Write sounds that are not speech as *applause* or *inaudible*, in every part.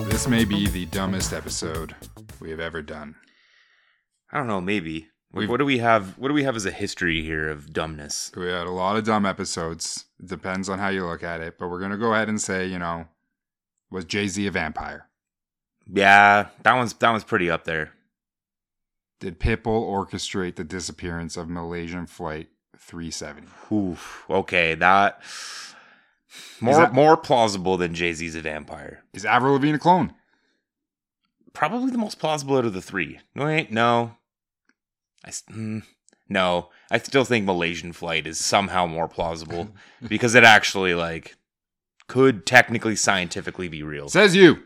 This may be the dumbest episode we have ever done. I don't know, maybe. Like, We've- what do we have? What do we have as a history here of dumbness? We had a lot of dumb episodes. It depends on how you look at it, but we're going to go ahead and say, you know, was Jay Z a vampire? Yeah, that one's that one's pretty up there. Did Pitbull orchestrate the disappearance of Malaysian Flight 370? Oof. Okay, that more that- more plausible than Jay Z's a vampire. Is Avril Lavigne a clone? Probably the most plausible out of the three. Wait, no. I s- mm, no. I still think Malaysian flight is somehow more plausible *laughs* because it actually like could technically scientifically be real. Says you.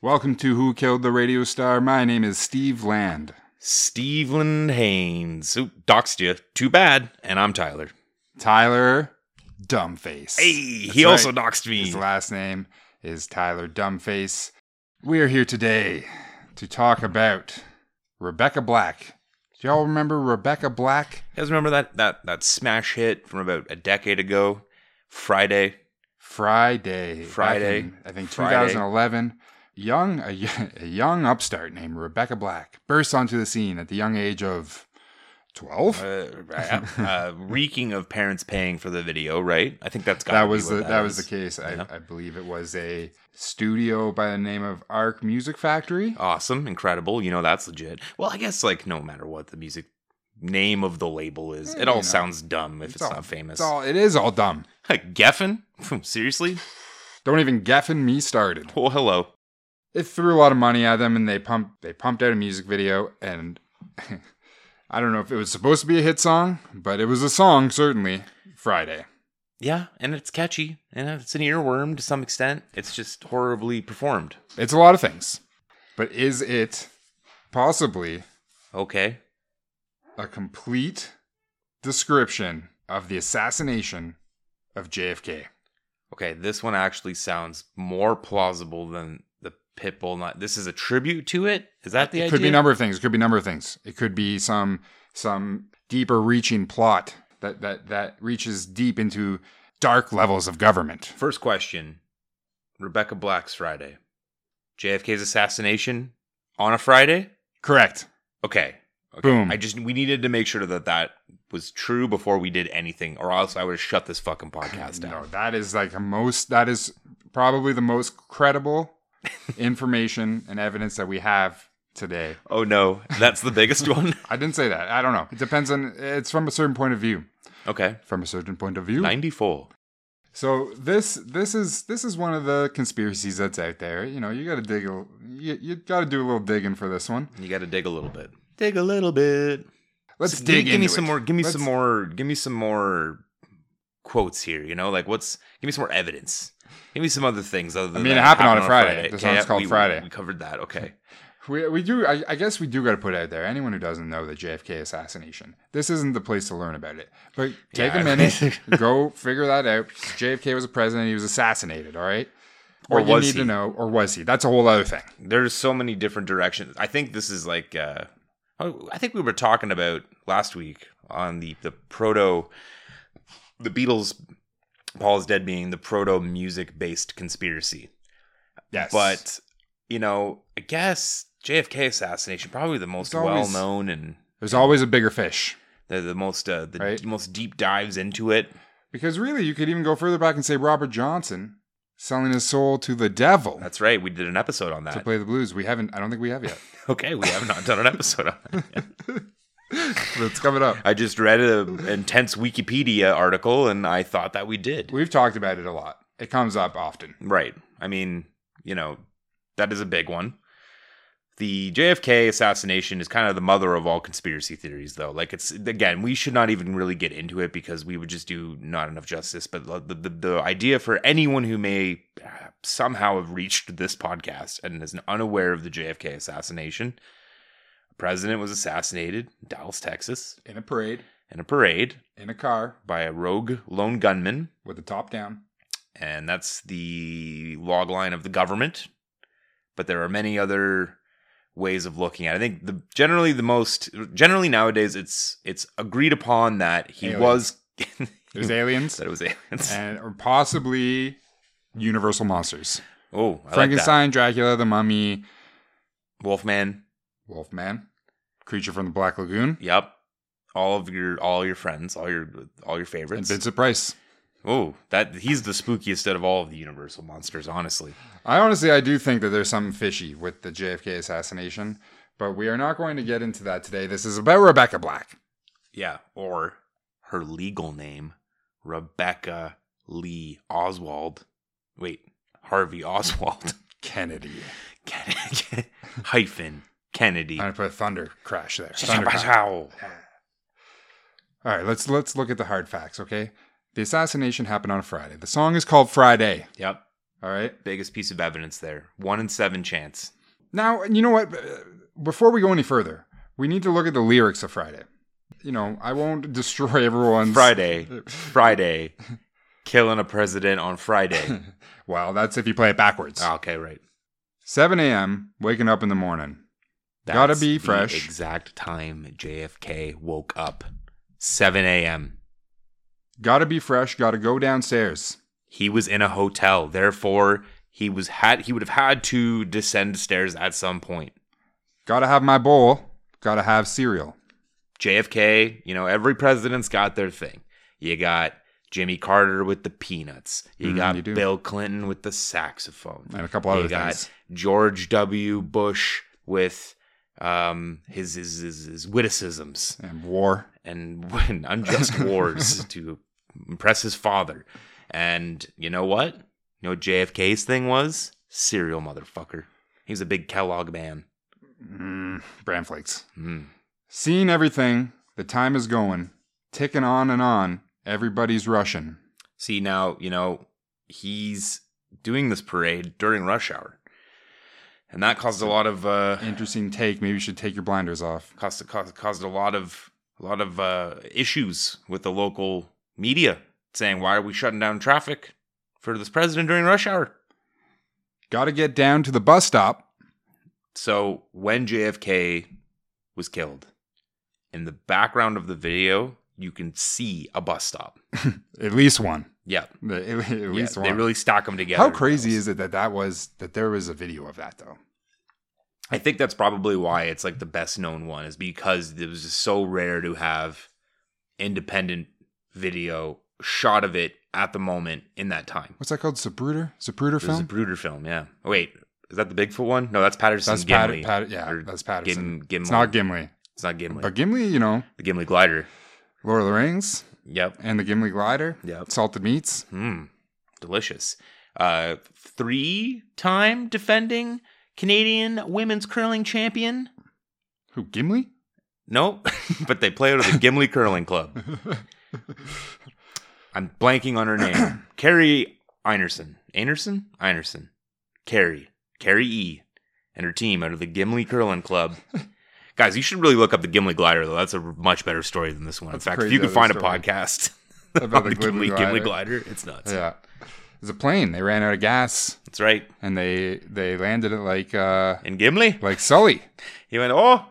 Welcome to Who Killed the Radio Star. My name is Steve Land. Steveland Haynes. Ooh, doxed you. Too bad. And I'm Tyler. Tyler Dumbface. Hey, That's he also right. doxed me. His last name is Tyler Dumbface. We are here today to talk about Rebecca Black. Do y'all remember Rebecca Black? You guys remember that, that, that smash hit from about a decade ago? Friday. Friday. back Friday. in, I think Friday. 2011. Young, a, y- a young upstart named Rebecca Black bursts onto the scene at the young age of 12. Uh, *laughs* uh, reeking of parents paying for the video, right? I think that's got that was be the, what that, was the is. case. I, Yeah. I believe it was a studio by the name of Arc Music Oh, Factory. Awesome, incredible. You know, that's legit. Well, I guess, like, no matter what the music name of the label is, Yeah, it all Eh, you know. sounds dumb if it's, all- not famous. It's all it is all dumb. *laughs* Like, Geffen? *laughs* Seriously? Don't even geffen me started. Well, hello. It threw a lot of money at them, and they pumped they pumped out a music video. And *laughs* I don't know if it was supposed to be a hit song, but it was a song certainly. Friday. Yeah, and it's catchy, and it's an earworm to some extent. It's just horribly performed. It's a lot of things, but is it possibly Okay. a complete description of the assassination of JFK? Okay, this one actually sounds more plausible than the Pitbull Not This is a tribute to it? Is that the it idea? could be a number of things. It could be a number of things. It could be some some deeper reaching plot that that that reaches deep into dark levels of government. First question Rebecca Black's Friday. JFK's assassination on a Friday? Correct. Okay. okay. Boom. I just, we needed to make sure that that was true before we did anything, or else I would have shut this fucking *laughs* podcast down. No, that is like the most. That is probably the most *laughs* credible information and evidence that we have today. Oh no, that's the biggest *laughs* one? I didn't say that. I don't know. It depends on. It's from a certain point of view. Okay. From a certain point of view. 94. So this this is this is one of the conspiracies that's out there. You know, you got to dig. A, you you got to do a little digging for this one. You got to dig a little bit. Dig a little bit. Let's So dig Give, into give me it. some more. Give me Let's- some more. Give me some more quotes here. You know, like what's? Give me some more evidence. Give me some other things other than. mean, it that happened on a Friday. The Okay, song's yeah, called we- Friday. We covered that. Okay. We, we do. I, I guess we do got to put out there. Anyone who doesn't know the JFK assassination, this isn't the place to learn about it. But take Yeah. a *laughs* minute, go figure that out. JFK was a president. He was assassinated. All right. Or What you was need he? to know, or was he? That's a whole other thing. There's so many different directions. I think this is like. uh oh, I think we were talking about last week on the the proto, the Beatles, Paul's dead being the proto music based conspiracy. Yes, But you know, I guess JFK assassination probably the most It's always- well known and there's always a bigger fish. the, the most uh, the Right. most deep dives into it. Because really, you could even go further back and say Robert Johnson selling his soul to the devil That's right. We did an episode on to *laughs* that. play the blues. We haven't. I don't think we *laughs* have yet. Okay, we have not done an episode on that. yet. but it's coming up. I just read an intense Wikipedia article and I thought that we did. We've talked about it a lot. It comes up often. Right. I mean, you know, that is a big one. The JFK assassination is kind of the mother of all conspiracy theories, though. Like, it's again, we should not even really get into it because we would just do not enough justice. But the, the, the idea for anyone who may uh, somehow have reached this podcast and is unaware of the JFK assassination, a president was assassinated in Dallas, Texas, In a parade, in a parade in a car, by a rogue lone gunman with the top down. and that's the log line of the government. But there are many other ways of looking at. It. I think the generally the most generally nowadays it's it's agreed upon that he Aliens. was *laughs* There's aliens that it was aliens. and or possibly universal monsters. *laughs* oh, I Frankenstein, Frankenstein, Dracula, the mummy, Wolfman. Wolfman, creature from the Black Lagoon, Yep. All of your all your friends, all your all your and favorites. Vincent Price. Oh, that he's the spookiest out of all of the universal monsters, honestly. I honestly, I do think that there's something fishy with the JFK assassination, but we are not going to get into that today. This is about Rebecca Black. Yeah, or her legal name, Rebecca Lee Oswald. Wait, *laughs* Harvey Oswald. *laughs* Kennedy. Ken- hyphen Kennedy. *laughs* I'm gonna put a thunder crash there. Thunder crash. Ow. All right, let's let's look at the hard facts, okay? The assassination happened on Friday. The song is called Friday. Yep, All right. biggest piece of evidence there. One in *laughs* seven chance. Now, you know what? Before we go any further, we need to look at the lyrics of Friday. You know, I won't *laughs* destroy everyone's Friday, *laughs* Friday, killing a president on Friday. Well, that's if you play it backwards. Ah, okay, right. 7 a.m. Waking up in the morning. Gotta be the fresh. exact time JFK woke up, 7 a.m. Gotta be fresh. Gotta go downstairs. He was in a hotel, therefore he was had he would have had to descend stairs at some point. Gotta have my bowl. Gotta have cereal. JFK, you know, every president's got their thing. You got Jimmy Carter with the peanuts. You Mm, got you do. Bill Clinton with the saxophone. And a couple other you got things. George W. Bush with um his his his, his witticisms And war. and *laughs* win unjust wars to impress his father. And you know what? You know what JFK's thing was? Serial motherfucker. He was a big Kellogg man. Mm, bran flakes. Mm. Seeing everything. The time is going. Ticking on and on. Everybody's rushing. See now, you know, he's doing this parade during rush hour. And that caused a lot of uh Interesting take. Maybe you should take your blinders off. caused caused, caused a lot of a lot of uh issues with the local media saying why are we shutting down traffic for this president during rush hour? Gotta get down to the bus stop. *laughs* So when JFK was killed, in the background of the video, you can see a bus stop. At least one. Yeah, The- At, *laughs* at yeah, least they one. really stack them together. How crazy is it that that was that there was a video of that though? I think that's probably why it's like the best known one is because it was just so rare to have independent video shot of it at the moment in that time. What's that called? Zapruder? Zapruder It was a film? Bruder film, yeah. Oh, wait, is that the Bigfoot one? No, that's Patterson That's Pat, Gimli. Pat, yeah, Or that's Patterson. Gim, Gimli. It's not Gimli. It's not Gimli. But Gimli, you know, The Gimli glider. Lord of the Rings Yep. and the Gimli glider, Yep. salted meats. Hmm, delicious. Uh, three-time defending Canadian women's curling champion. Who Gimli? Nope, *laughs* but they play out of the Gimli *laughs* Curling Club. I'm blanking on her *clears throat* name. Carrie Einerson. Einerson? Einerson. Carrie. Carrie E. And her team out of the Gimli *laughs* Curling Club. Guys, you should really look up the Gimli Glider, though. That's a much better story than this one. That's a In fact, if crazy you can other find story. a podcast *laughs* About about the *laughs* the, Gimli Gimli, Glider. Gimli Glider, it's nuts. Yeah, it's a plane. They ran out of gas That's right. and they they landed it like uh And Gimli? like Sully. He went, "Oh,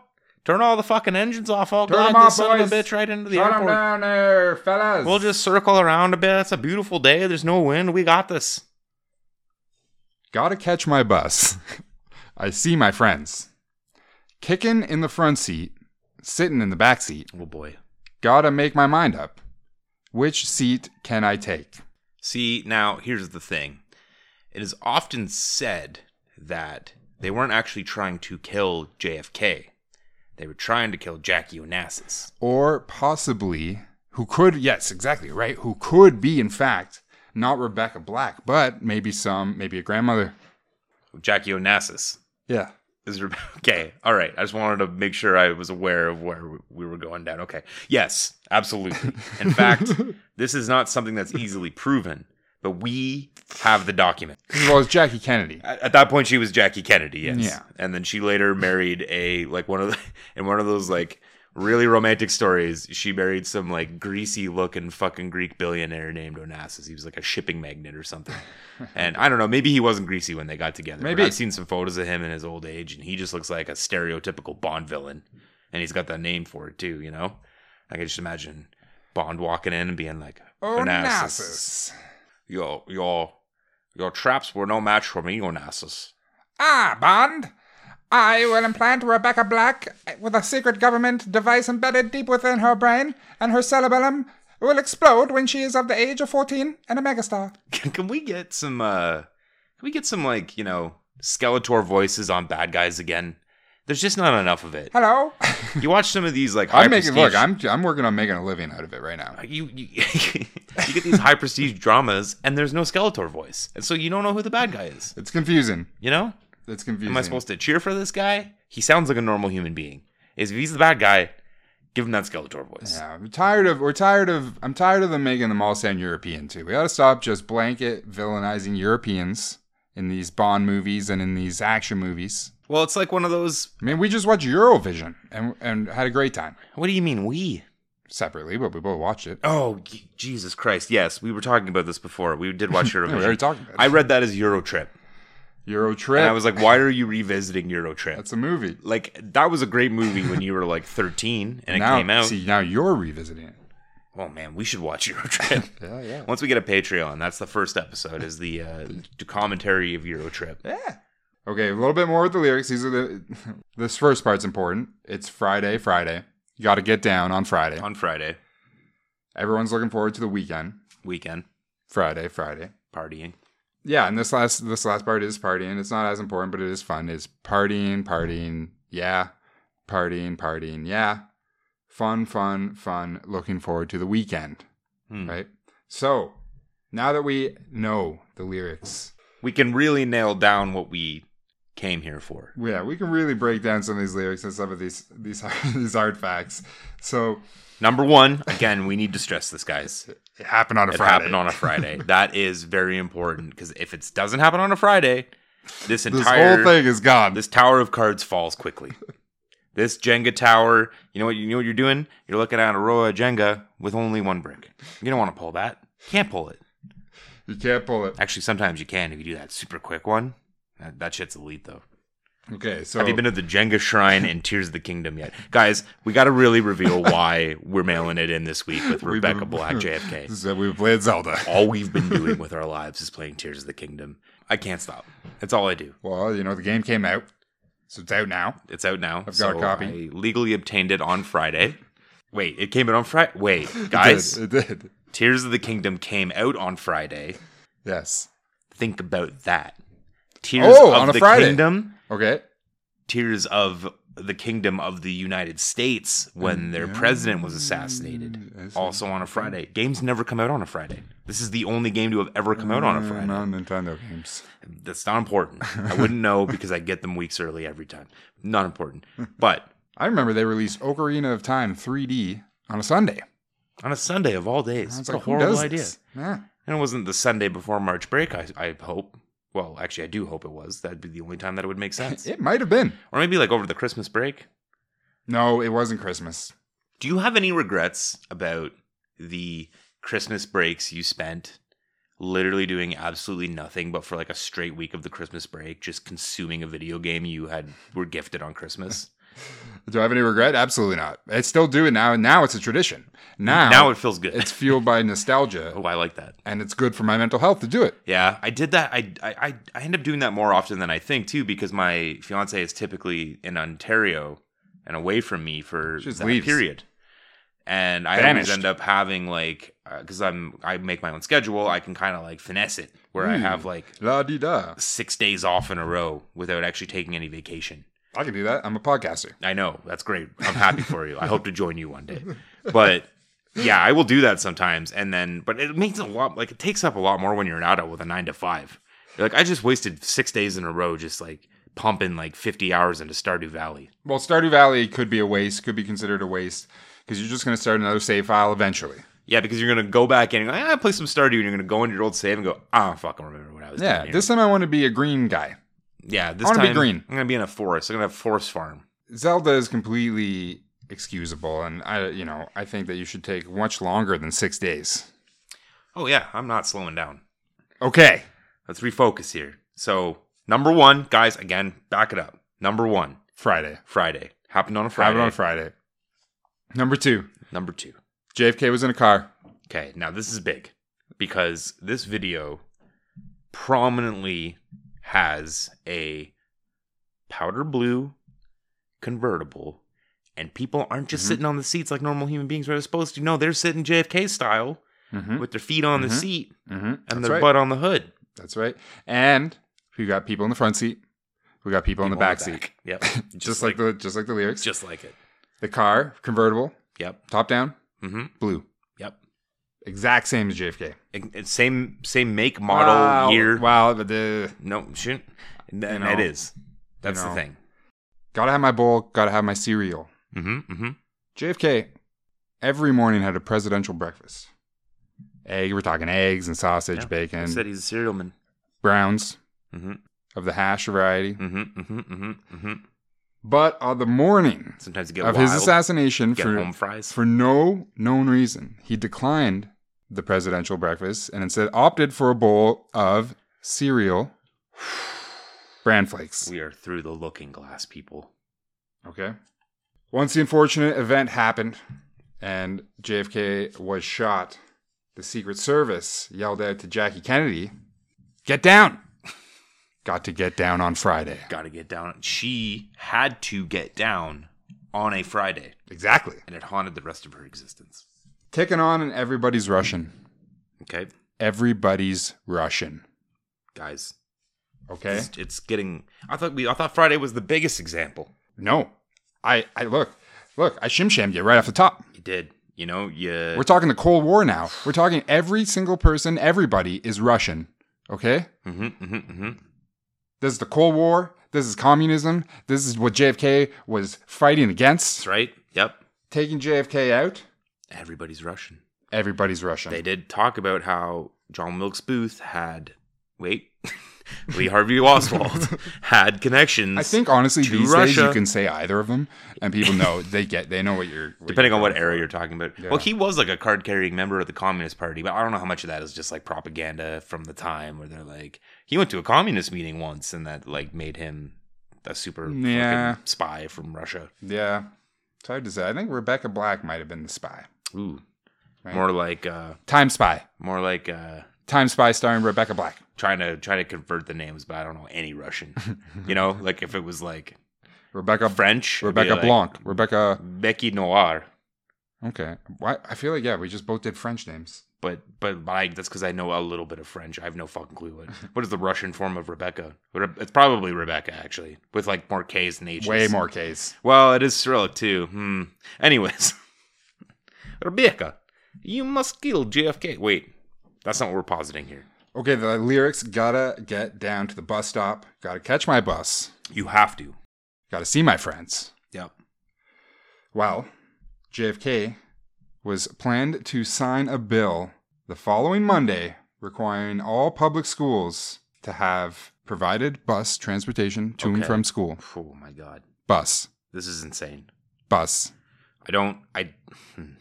turn all the fucking engines off. I'll Turn glide 'em off, this son of a boys. bitch right into the Shut 'em airport. down there, fellas. We'll just circle around a bit. It's a beautiful day. There's no wind. We got this." Gotta catch my bus. *laughs* I see my friends. Kicking in the front seat, sitting in the back seat. Oh boy. Gotta make my mind up. Which seat can I take? See, now here's the thing. It is often said that they weren't actually trying to kill JFK. They were trying to kill Jackie Onassis. Or possibly, who could, yes, exactly, right? Who could be, in fact, not Rebecca Black, but maybe some, maybe a grandmother. Jackie Onassis Yeah. is Rebe- *laughs* okay. All right. I just wanted to make sure I was aware of where we- we were going down. Okay. Yes, absolutely. In fact, this is not something that's easily proven, but we have the document. Well, it's Jackie Kennedy. At, at that point, she was Jackie Kennedy. Yes. Yeah. *laughs* And then she later married a like one of the in one of those like really romantic stories. She married some like greasy looking fucking Greek billionaire named Onassis. He was like a shipping magnate *laughs* or something. And I don't know, maybe he wasn't greasy when they got together. Maybe. But I've seen some photos of him in his old age and he just looks like a stereotypical Bond villain. And he's got that name for it too, you know? I can just imagine Bond walking in and being like, Onassis. Your your your traps were no match for me, Onassis. Ah, Bond. I will implant Rebecca Black with a secret government device embedded deep within her brain, and her cerebellum will explode when she is of the age of 14 and a megastar. Can, can we get some uh can we get some like, you know, Skeletor voices on bad guys again? There's just not enough of it. *laughs* Hello? You watch some of these like high I'm making, prestige- look, I'm, I'm working on making a living out of it right now. you you, *laughs* you get these high prestige dramas and there's no Skeletor voice, and so you don't know who the bad guy is. It's confusing. You know, It's confusing. am I supposed to cheer for this guy? He sounds like a normal human being. If he's the bad guy, give him that Skeletor voice. Yeah, I'm tired of. We're tired of. I'm tired of them making them all sound European too. We ought to stop just blanket villainizing Europeans in these Bond movies and in these action movies. Well, it's like one of those. I mean, we just watched Eurovision and and had a great time What do you mean we? separately, but we both watched it. Oh, y- Jesus Christ! Yes, we were talking about this before. We did *laughs* watch Yeah, we already Eurovision. talked about it. I read that as Eurotrip, Euro and I Trip. was like, "Why are you revisiting Eurotrip?" That's a movie. Like that was a great movie when you were like 13 and it now, came out. see, now you're revisiting it. oh man, we should watch Eurotrip. *laughs* Yeah, yeah, Once we get a Patreon, that's the first episode. Is the uh, d- commentary of Eurotrip? yeah. Okay, a little bit more with the lyrics. These are the. *laughs* This first part's important. It's Friday, Friday. You got to get down on Friday. on Friday Everyone's looking forward to the weekend. weekend Friday, Friday. partying. yeah, and this last this last part is partying. It's not as important, but it is fun. It's partying, partying, yeah, partying, partying, yeah. Fun, fun, fun. Looking forward to the weekend, Hmm. right? So now that we know the lyrics, We can really nail down what we came here for. yeah, we can really break down some of these lyrics and some of these these *laughs* these hard facts. So Number one, again, we need to stress this, guys. it happened on a It Friday. happened on a Friday. that is very important because if it doesn't happen on a Friday, this this entire whole thing is gone. this tower of cards *laughs* falls quickly. This Jenga tower, you know what you know what you're doing? You're looking at a row of Jenga with only one brick. You don't want to pull that. Can't pull it. you can't pull it. Actually, sometimes you can if you do that super quick one. That, that shit's elite, though. Okay, so Have you been to the Jenga Shrine and Tears of the Kingdom yet? Guys, we got to really *laughs* reveal why we're mailing it in this week with we've Rebecca been- *laughs* Black JFK. so we played Zelda. All we've been doing with our lives is playing Tears of the Kingdom. I can't stop. That's all I do. Well, you know the game came out, so it's out now. It's out now. I've got a copy. I legally obtained it on Friday. *laughs* Wait, it came out on Friday. Wait, did, guys, It did. Tears of the Kingdom came out on Friday. Yes. Think about that. Tears Oh, of on a the Friday. Kingdom Okay. tears of the kingdom of the United States when their president was assassinated. I see. Also on a Friday. Games never come out on a Friday. This is the only game to have ever come out on Uh, a Friday. Non Mm, Nintendo games. That's not important. I *laughs* wouldn't know because I get them weeks early every time. Not important. But I remember they released Ocarina of Time 3D on a Sunday. on a Sunday of all days, It's what a horrible idea. This? Yeah. And it wasn't the Sunday before March break, I, I hope. Well, actually, I do hope it was. That'd be the only time that it would make sense. It might have been. or maybe like over the Christmas break. No, it wasn't Christmas. Do you have any regrets about the Christmas breaks you spent literally doing absolutely nothing but for like a straight week of the Christmas break just consuming a video game you had were gifted on Christmas? Do I have any regret? Absolutely not. I still do it now. Now it's a tradition. Now, now it feels good. it's fueled by nostalgia *laughs* oh, I like that. and it's good for my mental health to do it. Yeah, I did that. I, I I- I end up doing that more often than I think too because my fiance is typically in Ontario and away from me for She just that leaves. period, and I Vanished. always end up having like because I'm I make my own schedule. I can kind of like finesse it where I Hmm. have like La di da. six days off in a row without actually taking any vacation. I can do that. I'm a podcaster. I know that's great. I'm happy for you. I hope to join you one day, but. Yeah, I will do that sometimes, and then, but it makes a lot like it takes up a lot more when you're an adult with a nine to five. You're like, I just wasted six days in a row just like pumping like 50 hours into Stardew Valley. Well, Stardew Valley could be a waste, could be considered a waste because you're just going to start another save file eventually. Yeah, because you're gonna go back in and go, ah, play some Stardew, and you're gonna go into your old save and go, I don't fucking remember what I was Yeah, doing. here." this time I want to be a green guy. yeah, this I wanna be time, green. I'm gonna be in a forest. I'm gonna have forest farm. Zelda is completely excusable, and I, you know, I think that you should take much longer than six days. Oh yeah, I'm not slowing down. Okay. Let's refocus here. So number one, guys, again, back it up. Number one, Friday. Friday happened on a Friday. Friday. on Friday. Number two, number two. JFK was in a car. Okay, now this is big because this video prominently has a powder blue convertible, and people aren't just Mhm. sitting on the seats like normal human beings are supposed to. No, they're sitting JFK style Mm-hmm. with their feet on the Mhm. seat Mm-hmm. and That's their right. butt on the hood. That's right. And we got people in the front seat. We got people, in the People back seat. *laughs* Yep. Just, like, the just like the lyrics. just like it. the car convertible, Yep. top down, Mm-hmm. blue. Yep. Exact same as JFK. And- and same same make, model, wow, year. Wow, but the No, shouldn't. And You that know, is. That's know. the thing. gotta have my bowl, gotta have my cereal. Mm-hmm. Mm-hmm. JFK every morning had a presidential breakfast. Egg, we're talking eggs and sausage, Yeah, bacon, said he's a serial man. browns Mhm. of the hash variety. Mm-hmm. Mm-hmm. Mm-hmm. Mm-hmm. But on the morning Sometimes you get of wild. his assassination get for home fries. for no known reason, he declined the presidential breakfast and instead opted for a bowl of cereal *sighs* bran flakes. we are through the looking glass, people. Okay. Once the unfortunate event happened and JFK was shot, the Secret Service yelled out to Jackie Kennedy, Get down! *laughs* Got to get down on Friday. Got to get down. She had to get down on a Friday, Exactly. and it haunted the rest of her existence. Taking on and everybody's Russian. Okay, Everybody's Russian. guys, Okay. it's, it's getting. I thought we. I thought Friday was the biggest example. No. I, I look, look, I shim shammed you right off the top. You did. You know. You. We're talking the Cold War now. We're talking every single person, everybody is Russian. Okay? hmm hmm hmm This is the Cold War. This is communism. This is what JFK was fighting against. That's right. Yep. Taking JFK out, Everybody's Russian. everybody's Russian. They did talk about how John Wilkes Booth had. Wait. *laughs* Lee Harvey *laughs* Oswald had connections. I think honestly To these days Russia. you can say either of them, and people know they get they know what you're. what depending you're on what going era you're talking about. Yeah. Well, he was like a card carrying member of the Communist Party, but I don't know how much of that is just like propaganda from the time where they're like he went to a communist meeting once and that like made him a super Yeah. fucking spy from Russia. for. Yeah, it's hard to say. I think Rebecca Black might have been the spy, Ooh. Right. More like uh Time Spy, more like uh Time Spy starring Rebecca Black. trying to trying to convert the names, but I don't know any *laughs* Russian. you know, like if it was like Rebecca French, it'd be Rebecca like Blanc. Rebecca. Becky Noir. Okay, why? I feel like yeah, we just both did French names. But but like that's because I know a little bit of French. I have no fucking clue what what is the Russian form of Rebecca. Re- It's probably Rebecca actually, with like more K's and H's. Way more case. Well, it is Cyrillic too. Hmm. Anyways, *laughs* Rebecca, you must kill JFK. Wait, that's not what we're positing here. Okay, the lyrics gotta get down to the bus stop. Gotta catch my bus. You have to. Gotta see my friends. Yep. Well, JFK was planned to sign a bill the following Monday requiring all public schools to have provided bus transportation to and Okay. from school. Oh my god, Bus. this is insane. Bus. I don't. I. hmm.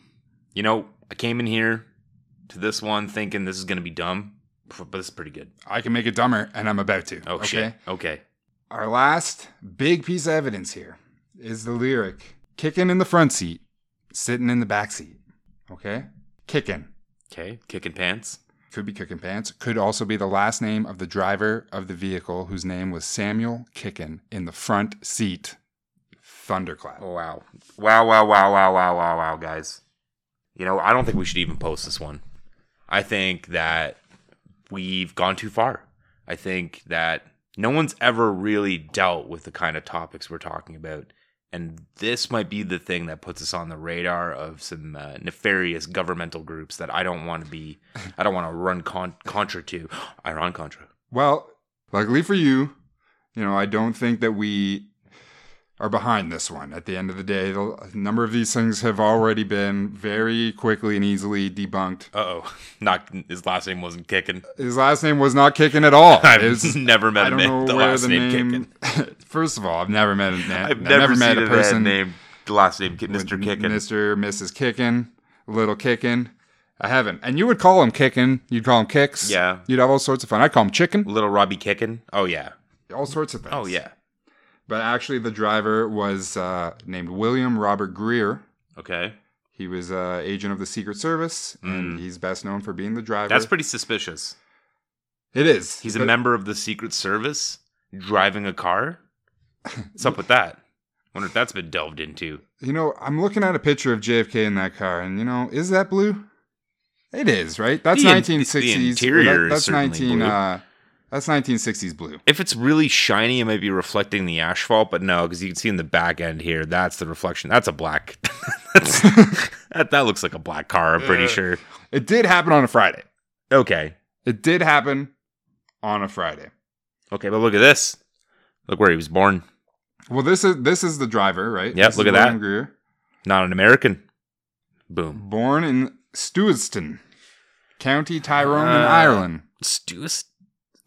You know, I came in here to this one thinking this is gonna be dumb, but this is pretty good. I can make it dumber, and I'm about to. Oh shit. Okay. Our last big piece of evidence here is the lyric kicking in the front seat, sitting in the back seat. Okay? Kicking. Okay. Kicking pants. could be Kickin' Pants, could also be the last name of the driver of the vehicle whose name was Samuel Kickin in the front seat. Thunderclap. Oh, wow. Wow, wow, wow, wow, wow, wow, wow, guys. You know, I don't think we should even post this one. I think that we've gone too far. I think that no one's ever really dealt with the kind of topics we're talking about. And this might be the thing that puts us on the radar of some uh, nefarious governmental groups that I don't want to be, I don't want to run con- contra to. *gasps* I run contra. Well, luckily for you, you know, I don't think that we are behind this one. At the end of the day, the- a number of these things have already been very quickly and easily debunked. Uh oh. *laughs* Not his last name wasn't kicking. His last name was not Kickin' at all. *laughs* I've It *laughs* was- never met I a don't man know with the where last the *laughs* name, name. kicking. First of all, I've never met a man. I've never, met seen a person named the last name, Ki- with Mr. M- Kickin. Mr. Mrs. Kickin, Little Kickin. I haven't. And you would call him Kickin. You'd call him Kicks. Yeah. You'd have all sorts of fun. I'd call him Chicken. Little Robbie Kickin. Oh yeah. All sorts of things. Oh yeah. But actually, the driver was uh, named William Robert Greer. Okay. He was uh, agent of the Secret Service, and he's best known for being the driver. Mm. That's pretty suspicious. It is. He's a But- member of the Secret Service driving a car? What's up with that? Wonder if that's been delved into. You know, I'm looking at a picture of JFK in that car, and you know, is that blue? It is, right? That's The in- 1960s. the interior that- is that's certainly 19. blue. Uh, that's 1960s blue. If it's really shiny, it might be reflecting the asphalt, but no, because you can see in the back end here, that's the reflection. That's a black. *laughs* that's, that, that looks like a black car, I'm pretty Yeah. sure. It did happen on a Friday. Okay. It did happen on a Friday. Okay, but look at this. Look where he was born. Well, this is this is the driver, right? Yep, This look is at that. William Greer, Not an American. Boom. born in Stewston, County Tyrone in Uh, Ireland. Stu.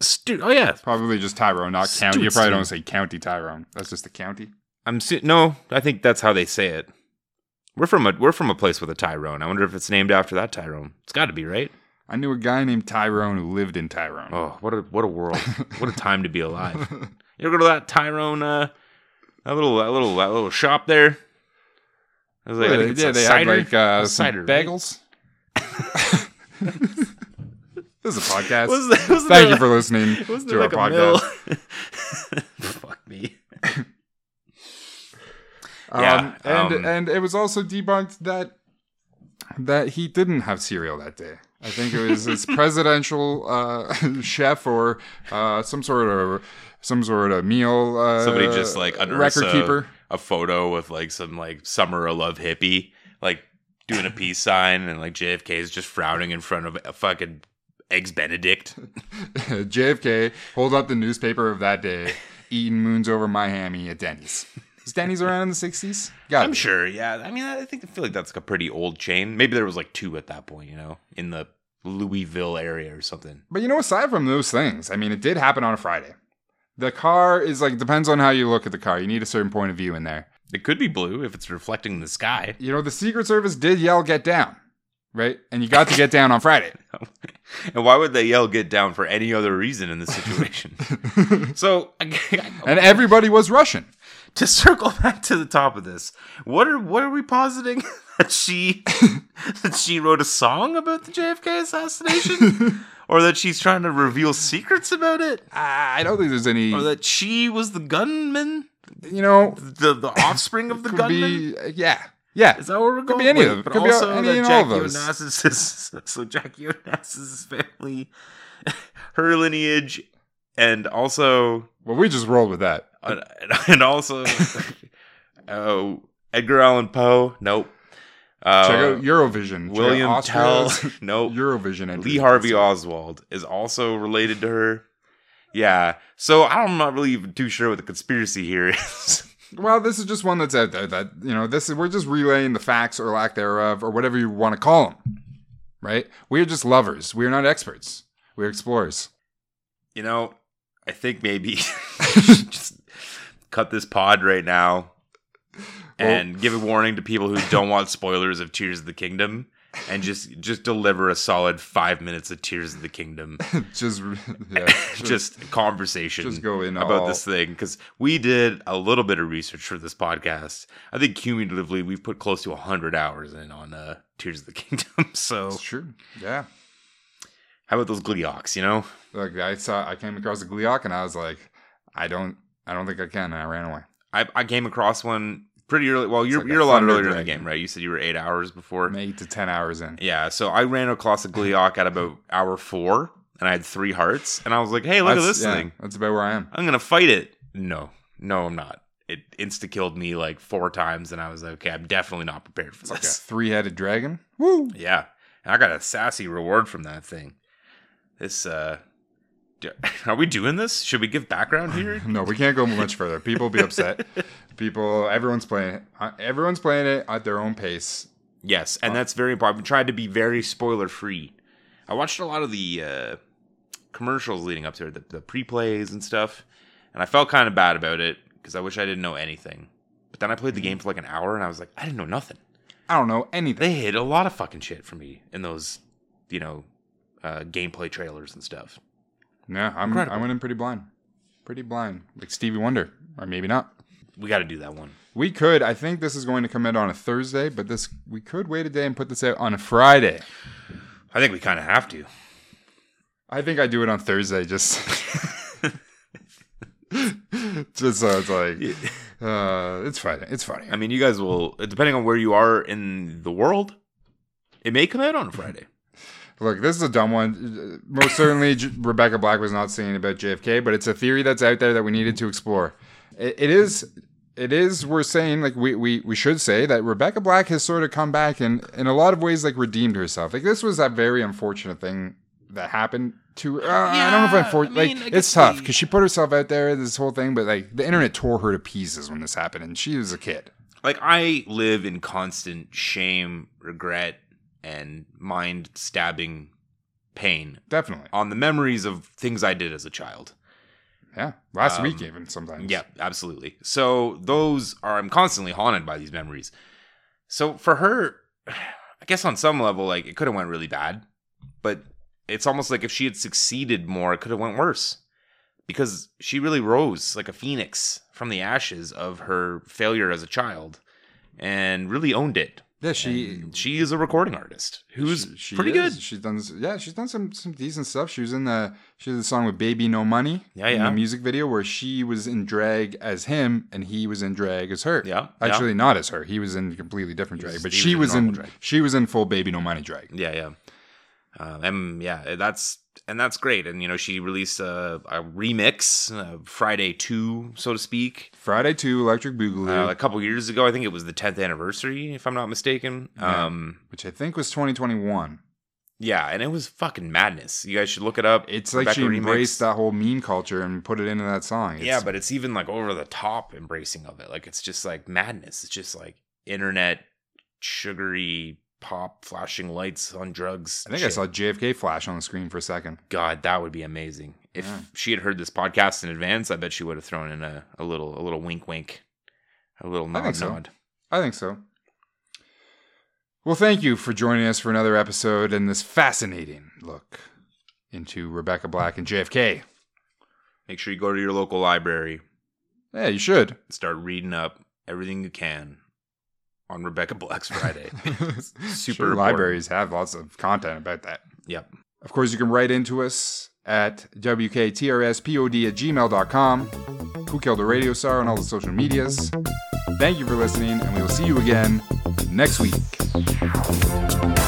Stu. Oh, yeah. Probably just Tyrone, not county. You probably Stewston. don't say county Tyrone. That's just the county. I'm su- no, I think that's how they say it. We're from a we're from a place with a Tyrone. I wonder if it's named after that Tyrone. It's got to be right. I knew a guy named Tyrone who lived in Tyrone. Oh, what a what a world! what a time to be *laughs* alive. You ever go to that Tyrone? Uh, that little that little that little shop there. I was like, I yeah, think they, it's yeah, a they cider. had like uh, A some cider, right? *laughs* bagels. *laughs* this is a podcast. Was there- was Thank there you for listening like- was to there our like a podcast. mill? *laughs* Fuck me. Um, Yeah, and um, and it was also debunked that that he didn't have cereal that day. I think it was *laughs* his presidential uh, *laughs* chef or uh, some sort of some sort of meal. Uh, Somebody just like unearths record a, keeper. *laughs* a photo with like some like summer of love hippie like doing a peace sign and like JFK is just frowning in front of a fucking eggs Benedict. JFK holds up the newspaper of that day, eating moons over my hammy at Denny's. Is Denny's around in the sixties? Got I'm sure. Yeah, I mean, I think I feel like that's like a pretty old chain. Maybe there was like two at that point, you know, in the Louisville area or something. But you know, aside from those things, I mean, it did happen on a Friday. The car is like depends on how you look at the car. You need a certain point of view in there. It could be blue if it's reflecting the sky. *laughs* You know, the Secret Service did yell "Get down," right? And you *laughs* got to get down on Friday. And why would they yell "get down" for any other reason in this situation? so, And everybody was Russian. to circle *laughs* back to the top of this, what are what are we positing *laughs* that she that she wrote a song about the JFK *laughs* assassination, or that she's trying to reveal secrets about it, I I don't think there's any. or that she was the gunman, You know, the the offspring *laughs* of the could gunman? be yeah, yeah. Is that what we're could going be any with? of them. But Could be also any that and all Jackie of those. Onassis, *laughs* so Jackie Onassis' family, *laughs* her lineage, and also Well, we just rolled with that. uh, and *laughs* also uh, Edgar Allan Poe. Nope. Uh, Check out Eurovision. Check out William Tell. *laughs* Austria's nope. *laughs* Eurovision entry. Lee Harvey Oswald is also related to her. Yeah. So I'm not really even too sure what the conspiracy here *laughs* is. Well, this is just one that's out there. That you know, this is we're just relaying the facts or lack thereof, or whatever you want to call them. Right? We're just lovers. We're not experts. We're explorers. *laughs* you know, I think maybe *laughs* just cut this pod right now and give a warning to people who don't want spoilers of Tears of the Kingdom and just just deliver a solid 5 minutes of Tears of the Kingdom. just, *laughs* yeah, just conversation just go in about all- this thing because we did a little bit of research for this podcast. I think cumulatively we've put close to hundred hours in on uh, Tears of the *laughs* Kingdom. So It's true. Yeah. how about those Gleox? You know, Like I saw, I came across a Gliok, and I was like, I don't, I don't think I can, and I ran away. I, I came across one pretty early. Well, you're like a you're a lot thunder earlier in the dragon. game, right? You said you were eight hours before. I'm eight to ten hours in. Yeah, so I ran across a Gleok *laughs* at about hour four, and I had three hearts, and I was like, "Hey, look at That's- this yeah, thing! That's about where I am. I'm gonna fight it." No, no, I'm not. It insta killed me like four times, and I was like, "Okay, I'm definitely not prepared for It's like a this." three-headed dragon. Woo! Yeah, and I got a sassy reward from that thing. This, uh, d- *laughs* are we doing this? Should we give background here? *laughs* *laughs* No, we can't go much further. People be upset. People, everyone's playing it. Uh, Everyone's playing it at their own pace. Yes, and that's very important. I've tried to be very spoiler free. I watched a lot of the uh, commercials leading up to it, the, the pre plays and stuff, and I felt kind of bad about it because I wish I didn't know anything. But then I played the game for like an hour and I was like, I didn't know nothing. I don't know anything. They hid a lot of fucking shit from me in those, you know, uh, gameplay trailers and stuff. Yeah, I'm, Incredible. I went in pretty blind. Pretty blind. Like Stevie Wonder, or maybe not. We got to do that one. We could. I think this is going to come out on a Thursday, but this we could wait a day and put this out on a Friday. I think we kind of have to. I think I do it on Thursday. Just, *laughs* just so it's like, uh, it's Friday. It's Friday. I mean, you guys will, depending on where you are in the world, it may come out on a Friday. Look, this is a dumb one. Most certainly, J- Rebecca Black was not singing about JFK, but it's a theory that's out there that we needed to explore. It, it is, it is. We're saying like we, we we should say that Rebecca Black has sort of come back and in a lot of ways like redeemed herself. Like this was a very unfortunate thing that happened to. Uh, I don't know if Yeah, I'm for I mean, I like guess it's tough we- because she put herself out there this whole thing, but like the internet tore her to pieces when this happened, and she was a kid. *laughs* Like, I live in constant shame, regret, and mind stabbing pain Definitely, on the memories of things I did as a child. yeah. Last Um, week even sometimes. Yeah, absolutely. So those are I'm constantly haunted by these memories. So for her, *sighs* I guess on some level, like it could have went really bad, but it's almost like if she had succeeded more, it could have went worse because she really rose like a phoenix from the ashes of her failure as a child and really owned it. yeah. She And she is a recording artist who's She- she pretty is. good. She's done s- yeah, she's done some some decent stuff. She was in the she did a song with Baby No Money. Yeah, In yeah. the music video where she was in drag as him and he was in drag as her. Yeah, yeah. Actually not as her. He was in completely different drag. was- but he she was was in in, normal drag. she was in full Baby No Money drag. Yeah, yeah. Um, and yeah, that's and that's great. And you know, she released a, a remix uh, Friday two, so to speak, Friday two, Electric Boogaloo, uh, a couple years ago. I think it was the tenth anniversary, if I'm not mistaken. Yeah. Um, which I think was twenty twenty one. yeah, and it was fucking madness. You guys should look it up. It's like she Rebecca remix. embraced that whole meme culture and put it into that song. It's- Yeah, but it's even like over the top embracing of it. Like it's just like madness. It's just like internet sugary pop, flashing lights on drugs. I think I shit. saw JFK flash on the screen for a second. God, that would be amazing. If Yeah. she had heard this podcast in advance, I bet she would have thrown in a, a little a little wink wink, a little I nod think so. nod. I think so. Well, thank you for joining us for another episode and this fascinating look into Rebecca Black and JFK. Make sure you go to your local library Yeah, you should. and start reading up everything you can on Rebecca Black's *laughs* Friday. *laughs* Super Sure, important. libraries have lots of content about that. yep. Of course, you can write into us at wktRSPOD at gmail.com, Who Killed the Radio Star on all the social medias. Thank you for listening, and we will see you again next week.